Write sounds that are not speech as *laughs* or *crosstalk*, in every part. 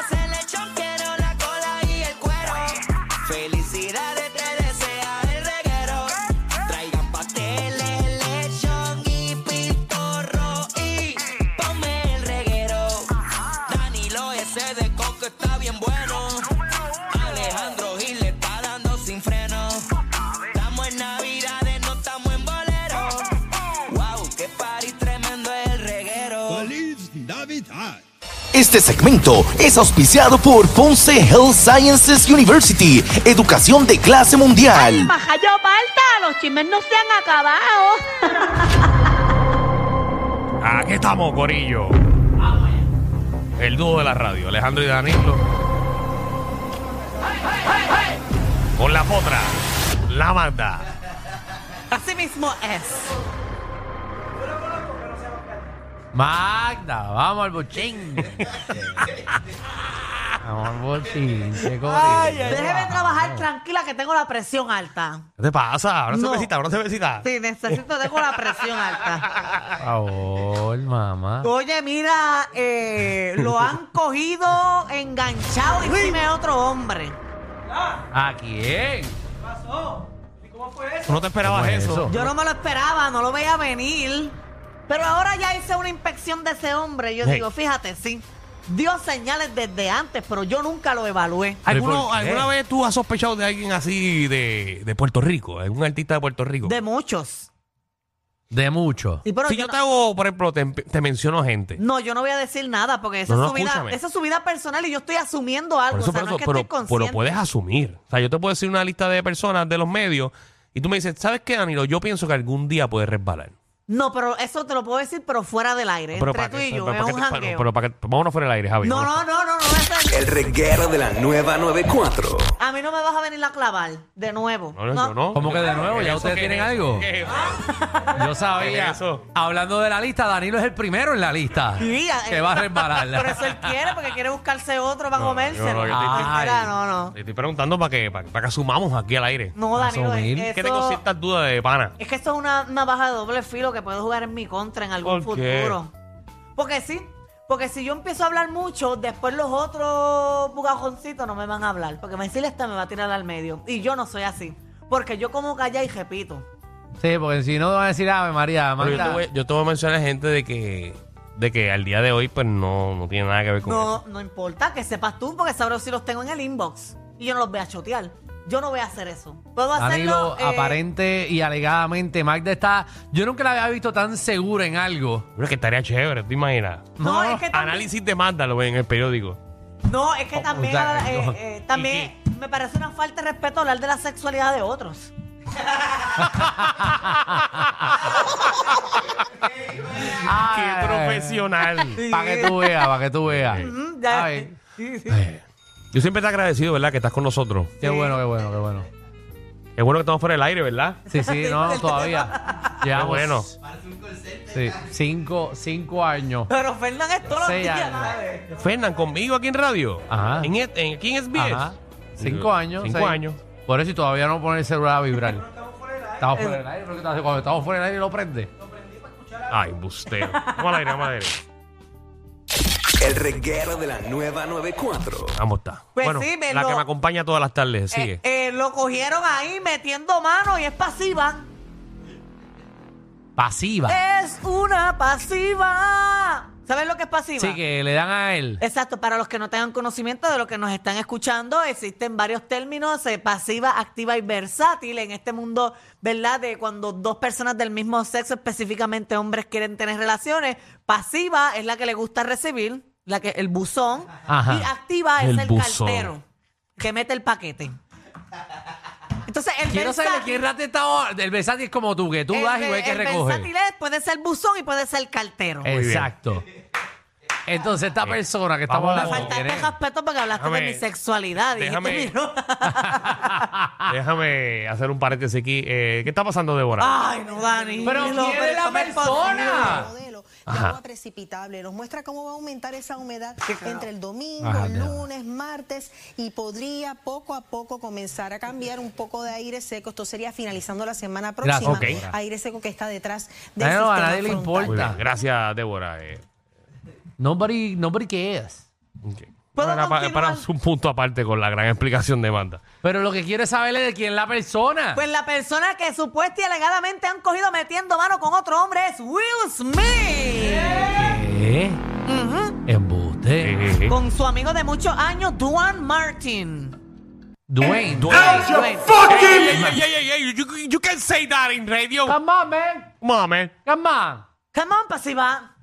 Desde el lechón quiero la cola y el cuero. Felicidades te desea el reguero. Traigan pasteles, lechón y pintorro. Y ponme el reguero. Danilo ese de coco está bien bueno. Alejandro Gil le está dando sin freno. Estamos en navidades, no estamos en bolero. Wow, qué party tremendo el reguero. Feliz Navidad. Este segmento es auspiciado por Ponce Health Sciences University, educación de clase mundial. Baja yo falta, los chismes no se han acabado. Aquí estamos, Corillo. El dúo de la radio, Alejandro y Danilo. Con la potra, la manda. Así mismo es. Magda, vamos al bochinche. vamos al bochinche, Corillo. Déjeme trabajar tranquila que tengo la presión alta. ¿Qué te pasa? Ahora No. se besita, ahora se besita. Sí, necesito, tengo la presión alta. *laughs* Por favor, mamá. Oye, mira, eh, lo *laughs* han cogido enganchado encima de otro hombre. ¿A quién? Tú no te esperabas ¿Cómo es eso. eso? Yo no me lo esperaba, no lo veía venir. Pero ahora ya hice una inspección de ese hombre. Yo Hey. digo, fíjate, sí, dio señales desde antes, pero yo nunca lo evalué. ¿Alguno- por qué? ¿Alguna vez tú has sospechado de alguien así de, de Puerto Rico? ¿Algún artista de Puerto Rico? De muchos. De mucho. Sí, pero si yo yo no- te hago, por ejemplo, te, te menciono gente. No, yo no voy a decir nada porque esa, No, no, es, su vida, escúchame. esa es su vida personal y yo estoy asumiendo algo. Por eso, o sea, por no eso, es que pero, estoy pero consciente. puedes asumir. O sea, yo te puedo decir una lista de personas de los medios y tú me dices, ¿sabes qué, Danilo? Yo pienso que algún día puede resbalar. No, pero eso te lo puedo decir, pero fuera del aire. Pero entre para tú que- y yo, pero es para un que- pero- jangueo. pero para que- vámonos fuera del aire, Javi. no, no, no, no, no. eso- El reguero de la nueva 94. a mí no me vas a venir a clavar de nuevo. No, no, yo no. ¿Cómo que de nuevo? ¿Qué ¿Ya es ustedes eso? tienen ¿Qué es algo? eso? ¿Qué es eso? Yo sabía. ¿Qué es eso? Hablando de la lista, Danilo es el primero en la lista. Sí, eh, Que va a *laughs* resbalar. Por eso él quiere, porque quiere buscarse otro para No, comérselo. yo no, yo te- Ay. Mira, no, no. Te estoy preguntando para que, para, para que asumamos aquí al aire. No, Danilo, asumir. es- Que tengo eso- ciertas dudas de pana. Es que esto es una navaja de doble filo que puedo jugar en mi contra en algún ¿Por qué? futuro. Porque sí, porque si yo empiezo a hablar mucho, después los otros bugajoncitos no me van a hablar. Porque me decirle esta me va a tirar al medio. Y yo no soy así. Porque yo como calla y repito. Sí, porque si no, van a decir, Ave María, Pero yo, te Magda. voy, yo te voy a mencionar gente de que, de que al día de hoy pues no, no tiene nada que ver con eso. No, no importa que sepas tú, porque sabrás si los tengo en el inbox. Y yo no los voy a chotear. Yo no voy a hacer eso. Puedo hacerlo. Danilo, eh, aparente y alegadamente, Magda está. Yo nunca la había visto tan segura en algo. Pero es que estaría chévere, ¿te imaginas? No, es que también- Análisis de Magda lo ven en el periódico. No, es que también, sea, eh, no. eh, también me parece una falta de respeto hablar de la sexualidad de otros. Ah. ¡Qué profesional! Para que tú veas, para que tú *laughs* veas. Mm, ya- Ay. Sí, sí. Ay, Yo siempre te he agradecido, ¿verdad? Que estás con nosotros. Qué bueno, qué bueno, qué bueno. Es bueno que estamos fuera del aire, ¿verdad? Sí, sí, no, todavía. *laughs* Qué bueno. Sí, cinco, cinco *laughs* años. Pero Fernan es todos los Seis días. años. ¿sabes? Fernán, conmigo aquí en radio. Ajá. En, et- en- aquí en SBS. Ajá. Cinco años. Cinco seis. años. Por eso y todavía no pone el celular a vibrar. Estamos fuera del aire. creo que Cuando estamos fuera del aire lo prende. Ay, bustero. Vamos al aire, vamos al aire. El reguero de la nueva 94. Vamos, está. Pues bueno, sí, me la lo- que me acompaña todas las tardes, sigue. Eh, eh, lo cogieron ahí metiendo mano y es pasiva. Pasiva. Es una pasiva. ¿Sabes lo que es pasiva? Sí, que le dan a él. Exacto, para los que no tengan conocimiento de lo que nos están escuchando, existen varios términos, eh, pasiva, activa y versátil en este mundo, ¿verdad? De cuando dos personas del mismo sexo, específicamente hombres, quieren tener relaciones. Pasiva es la que le gusta recibir, la que, el buzón, Ajá. y activa es El el, buzón. cartero que mete el paquete. Entonces, el Quiero saber versátil- quién rate está ahora. El versátil es como tú, que tú el das y ve- hay que el recoger. versátil es- puede ser buzón y puede ser cartero. Eh, Exacto. Entonces, esta persona que estamos vamos a Me hablando. faltaste tiene- respeto porque hablaste Déjame- de mi sexualidad. dijiste *laughs* déjame- mi ro- Déjame hacer un paréntesis aquí. Eh, ¿Qué está pasando, Débora? Ay, no, Dani. Pero no, ¿quién es la no me es persona? posible. modelo de Ajá. agua precipitable. Nos muestra cómo va a aumentar esa humedad entre el domingo, Ajá, el mira. lunes, martes y podría poco a poco comenzar a cambiar un poco de aire seco. Esto sería finalizando la semana Gracias, próxima. ok. Aire seco que está detrás del Nadie lo- a sistema nadie le frontal. Muy bien, importa. gracias, Débora. eh, Nobody, nobody cares. ok. ¿Puedo Bueno, era pa- continuar? para un punto aparte con la gran explicación de Manda. Pero lo que quiere saber es de quién es la persona. Pues la persona que supuesta y alegadamente han cogido metiendo mano con otro hombre es Will Smith. ¿Qué? Embuste. Eh, eh, Con su amigo de muchos años, Duan Martin. Dwayne. Dwayne. Hey, hey, hey, hey, hey, you, you can say that in radio. Come on, man. Come on, man. Come on. Come on, pasiva.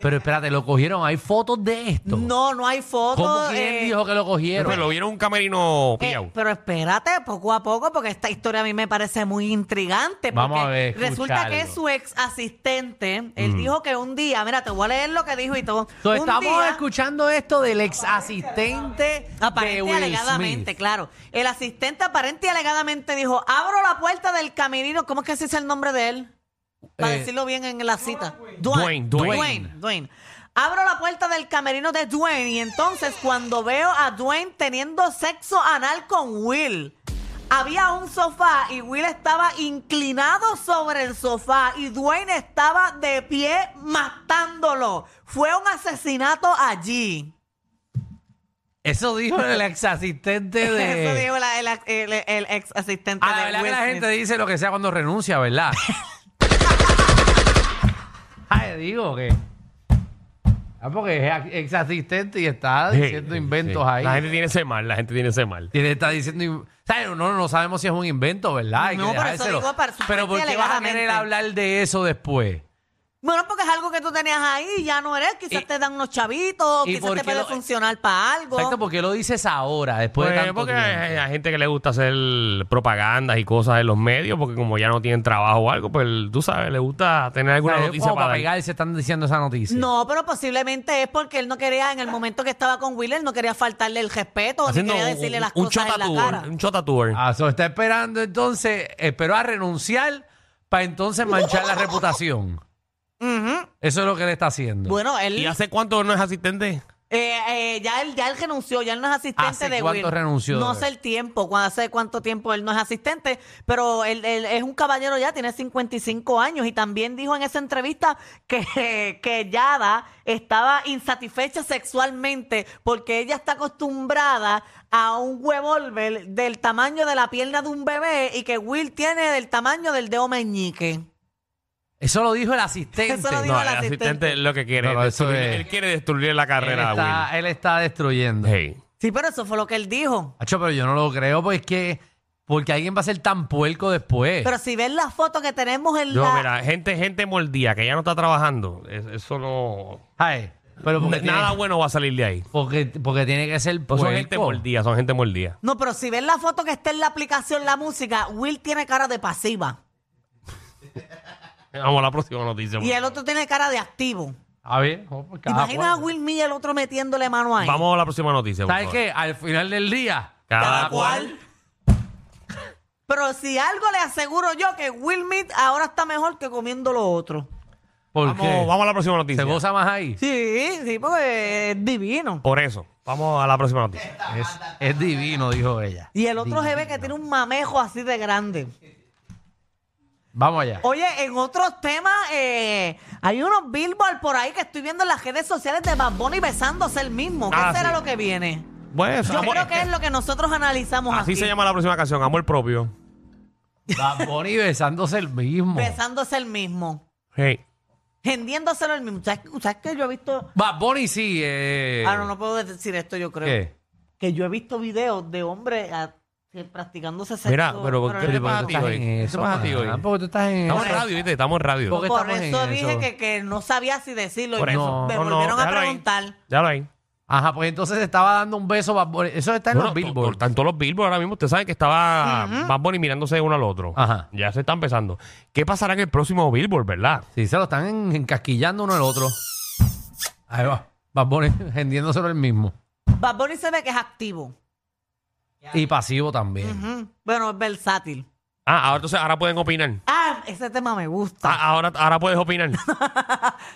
Pero espérate, lo cogieron. Hay fotos de esto. No, no hay fotos. ¿Cómo quién eh, dijo que lo cogieron? Pero lo vieron en un camerino eh, pillado. pero espérate, poco a poco, porque esta historia a mí me parece muy intrigante. Porque Vamos a ver, escucha resulta que algo. su ex asistente, él dijo que un día, mira, te voy a leer lo que dijo y todo. So, Un estamos día- escuchando esto del ex asistente Aparente de y Will alegadamente, Smith. claro. El asistente aparente y alegadamente dijo, abro la puerta del camerino. ¿Cómo es que se dice el nombre de él? Para Eh, decirlo bien en la cita. Dwayne, Dwayne. Dwayne, Dwayne. Abro la puerta del camerino de Dwayne y entonces cuando veo a Dwayne teniendo sexo anal con Will. Había un sofá y Will estaba inclinado sobre el sofá y Dwayne estaba de pie matándolo. Fue un asesinato allí. Eso dijo el ex asistente *laughs* de. Eso dijo la- el, el- el ex asistente Ah, la de verdad Will que la Smith. gente dice lo que sea cuando *laughs* renuncia, ¿verdad? Ay, digo que. Ah, porque es ex asistente y está Sí, diciendo sí, inventos Eh, sí. ahí. La gente tiene ese mal, la gente tiene ese mal. Tiene- está diciendo. in- ¿Sabes? No, no sabemos si es un invento, ¿verdad? Hay que No, por eso dejárselo. digo, para- Pero ¿por qué vas a alegadamente. querer hablar de eso después? Bueno, porque es algo que tú tenías ahí y ya no eres. Quizás Y- te dan unos chavitos, ¿y quizás por te qué puede lo- eh, funcionar para algo. Exacto, ¿por qué lo dices ahora, después Pues, de tanto porque tiempo? hay, hay gente que le gusta hacer propagandas y cosas en los medios, porque como ya no tienen trabajo o algo, pues tú sabes, le gusta tener alguna Claro, noticia como para para dar. pegarse están diciendo esa noticia. No, pero posiblemente es porque él no quería, en el momento que estaba con Will, él no quería faltarle el respeto, Haciendo ni quería decirle un, las un cosas chota en la tour, cara. un chota tour. Ah, so está esperando entonces, esperó a renunciar para entonces manchar la reputación. Ujú. Eso es lo que él está haciendo. Bueno, ¿Y él, hace cuánto no es asistente? eh, eh, ya él ya él renunció, ya él no es asistente ¿Hace de cuánto Will. renunció? No sé el tiempo, cuándo- hace cuánto tiempo él no es asistente, pero él, él es un caballero ya, tiene 55 años y también dijo en esa entrevista que, *laughs* que Yada estaba insatisfecha sexualmente porque ella está acostumbrada a un huevo del tamaño de la pierna de un bebé y que Will tiene del tamaño del dedo meñique. Eso lo dijo el asistente. Eso lo dijo No, el el asistente, asistente. lo que quiere. No, no, es eso destruir- es- Él quiere destruir la él, carrera a está, él está destruyendo. Will. Hey. Sí, pero eso fue lo que él dijo. Acho, pero yo no lo creo porque es que porque alguien va a ser tan puerco después. Pero si ves la foto que tenemos en No, la... mira, gente, gente mordida que ya no está trabajando. es- Eso no. Ay, pero porque n- Nada tiene, bueno va a salir de ahí. porque, porque tiene que ser Pues puerco. son gente mordida, son gente mordida. No, pero si ves la foto que está en la aplicación, la música, Will tiene cara de pasiva Vamos a la próxima noticia. por y el favor. otro tiene cara de activo. A ver, oh, pues, ¿Te cada imaginas a cual. Will Miller el otro metiéndole mano ahí? Vamos a la próxima noticia. por ¿Sabes favor. qué? Al final del día, Cada cual. Pero si algo le aseguro yo que Will Smith ahora está mejor que comiendo lo otro. ¿Por Vamos, qué? vamos a la próxima noticia. ¿Se goza más ahí? Sí, sí, porque es divino. Por eso. Vamos a la próxima noticia. Es, es divino, dijo ella. Y el otro jefe que tiene un mamejo así de grande. Vamos allá. Oye, en otros temas, eh, hay unos billboard por ahí que estoy viendo en las redes sociales de Bad Bunny besándose el mismo. ¿Qué Ah, será sí. lo que viene? Bueno, eso- Yo Pues, amor- creo que es lo que nosotros analizamos así aquí. se llama la próxima canción, Amor Propio. Bad Bunny besándose el mismo. Besándose el mismo. Hey. Hendiéndoselo el mismo. ¿Sabes, sabes que yo he visto? Bad Bunny sí. Eh, Ah, no, no puedo decir esto, yo creo. ¿Qué? Que yo he visto videos de hombres ah, Sí, practicándose sexo. Mira, pero ¿por qué no te le pasa a pasa ti nada. hoy? ¿Qué te pasa a ti hoy? Ah, porque tú estás en Estamos en eso. radio, ¿viste? Estamos en radio. Porque Por estamos en eso dije eso. que, que no sabía si decirlo. Por y eso. Me No, no, volvieron a déjalo ahí. preguntar. Ya lo hay. Ajá, pues entonces estaba dando un beso. Bad Bunny. Eso está en Bueno, to- los billboards. to- Tanto los Billboard ahora mismo, usted sabe que estaba Bad Bunny mirándose uno al otro. Ajá. Ya se está empezando. ¿Qué pasará en el próximo Billboard, verdad? Sí, se lo están en- encasquillando uno al otro. Ahí va. Bad Bunny hendiéndoselo el mismo. Bad Bunny se ve que es activo. Y pasivo también. Ujú. Bueno, es versátil. Ah, ahora entonces ahora pueden opinar. Ah, ese tema me gusta. Ah, ahora, ahora *laughs* puedes opinar.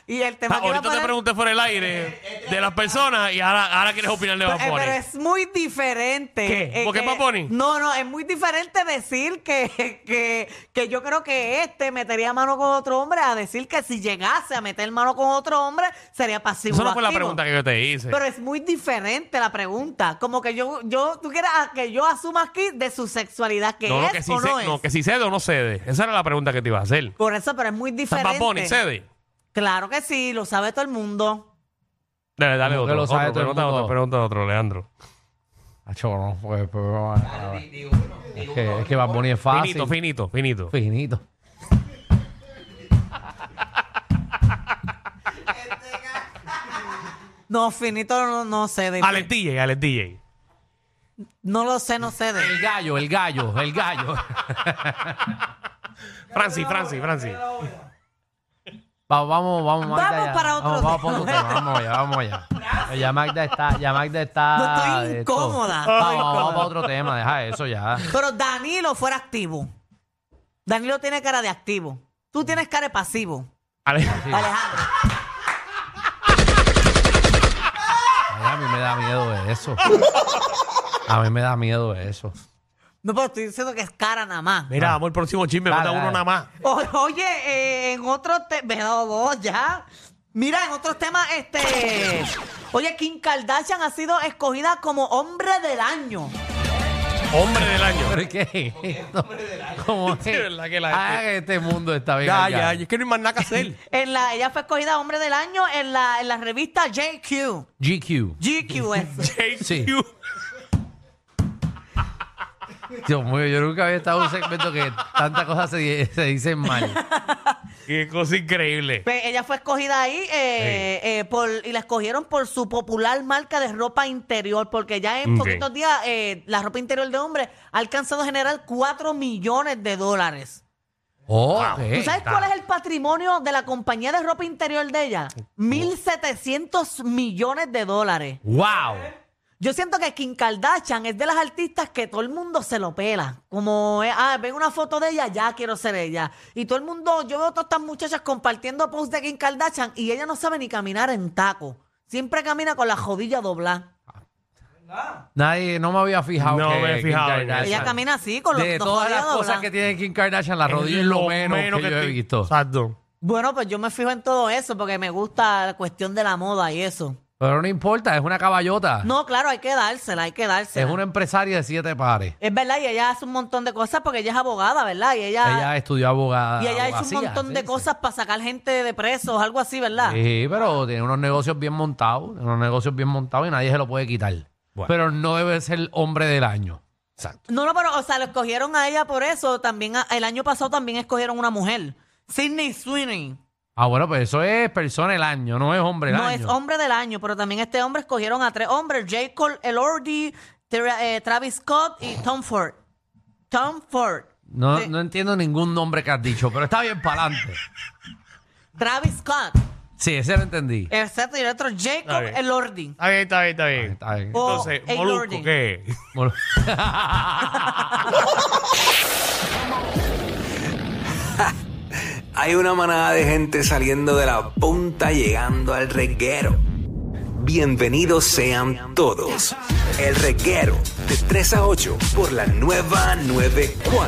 y el Eh, tema Ah, que iba a ahorita te poner- pregunté fuera del aire de las personas y ahora, ahora quieres opinar de Pero, Bad eh, pero Bunny. es muy diferente. ¿Qué? ¿Por qué que- Bad Bunny? No, no, es muy diferente decir que, *laughs* que, que yo creo que este metería mano con otro hombre a decir que si llegase a meter mano con otro hombre sería pasivo. Eso no fue la activo. pregunta que yo te hice. Pero es muy diferente la pregunta. Como que yo, yo tú quieras a- que yo asuma aquí de su sexualidad que no, no, es que si o no ce- es. no, que si cede o no cede. Esa era la pregunta que te iba a hacer. Por eso, pero es muy O sea, diferente. Bad Bunny cede. Claro que sí, lo sabe todo el mundo. Dale, dale Como que otro. lo sabe otro, todo el pregunta mundo. otro, pregunta otro, Leandro. Acho, no, pues, pues, vamos a- a ver. es, que, es que Bad Bunny es fácil. Finito, finito, finito. Finito. No, finito, no, no sé. de- Alex DJ, Alex DJ. No lo sé, no sé. de- El gallo, el gallo, el gallo. Francis, Francis, Francis. Va- vamos, vamos, Magda. Vamos ya. para otro vamos, vamos, para otro tema. tema. Vamos allá, vamos allá. Ya Magda está, ya Magda está. No, estoy de esto. incómoda, estoy Vamos, vamos incómoda. para otro tema, deja eso ya. Pero Danilo fuera activo. Danilo tiene cara de activo. Tú tienes cara de pasivo. Ale- Alejandro. Ay, a mí me da miedo eso. A mí me da miedo eso. No, pero estoy diciendo que es cara nada más. Mira, vamos al próximo chisme, Dale, falta uno dale. nada más. O- oye, eh, en otro tema. Me he dado dos ya. Mira, en otros temas, este. Oye, Kim Kardashian ha sido escogida como hombre del año. Hombre del año. ¿Pero qué? es esto? ¿Cómo es? *laughs* Sí, verdad que la Ah, gente- este mundo está bien. Ya, al ya, garete. es que no hay más nada que *laughs* hacer. En la, ella fue escogida hombre del año en la, en la revista JQ. GQ. GQ es. Sí. Q. Dios mío, yo nunca había estado en un segmento que tantas cosas se, di- se dicen mal. Qué cosa increíble. Pues ella fue escogida ahí eh, eh, por, y la escogieron por su popular marca de ropa interior, porque ya en Ok. poquitos días eh, la ropa interior de hombre ha alcanzado a generar 4 millones de dólares. Oh, ¿Tú sabes está. cuál es el patrimonio de la compañía de ropa interior de ella? 1.700 millones de dólares. ¡Wow! Yo siento que Kim Kardashian es de las artistas que todo el mundo se lo pela. Como, eh, ah, ven una foto de ella, ya quiero ser ella. Y todo el mundo, yo veo todas estas muchachas compartiendo posts de Kim Kardashian y ella no sabe ni caminar en taco. Siempre camina con la rodilla doblada. Nadie, no me había fijado. No que me he Kim fijado en Kardashian- eso. Ella camina así, con los De dos todas las rodillas cosas dobladas. que tiene Kim Kardashian, la rodilla es Es lo menos, que, yo he te- visto. Exacto. Bueno, pues yo me fijo en todo eso porque me gusta la cuestión de la moda y eso. Pero no importa, es una caballota. No, claro, hay que dársela, hay que Ah. es dársela. una empresaria de siete pares. Es verdad, y ella hace un montón de cosas porque ella es abogada, ¿verdad? Y Ella estudió abogada. Y ella ha hecho un abogacía, montón sí, de sí. cosas para sacar gente de presos, algo así, ¿verdad? Sí, pero tiene unos negocios bien montados, tiene unos negocios bien montados y nadie se lo puede quitar. Bueno. Pero no debe ser hombre del año. Exacto. No, no, pero, o sea, lo escogieron a ella por eso. También a- el año pasado también escogieron una mujer. Sidney Sweeney. Ah, bueno, pues eso es persona del año, no es hombre del No año. es hombre del año, pero también este hombre escogieron a tres hombres: J. Cole Elordi, Tra- eh, Travis Scott y Tom Ford. Tom Ford. No, Sí. no entiendo ningún nombre que has dicho, pero está bien para adelante. Travis Scott. Sí, ese lo entendí. Excepto y el otro, Está Jacob bien. Elordi. Está bien, está bien, está bien. Está bien. Oh. Entonces, Ey, Molusco, Jordi. ¿qué? Bueno, Hay una manada de gente saliendo de la punta llegando al reguero. Bienvenidos sean todos. El reguero de 3 a 8 por la nueva 94.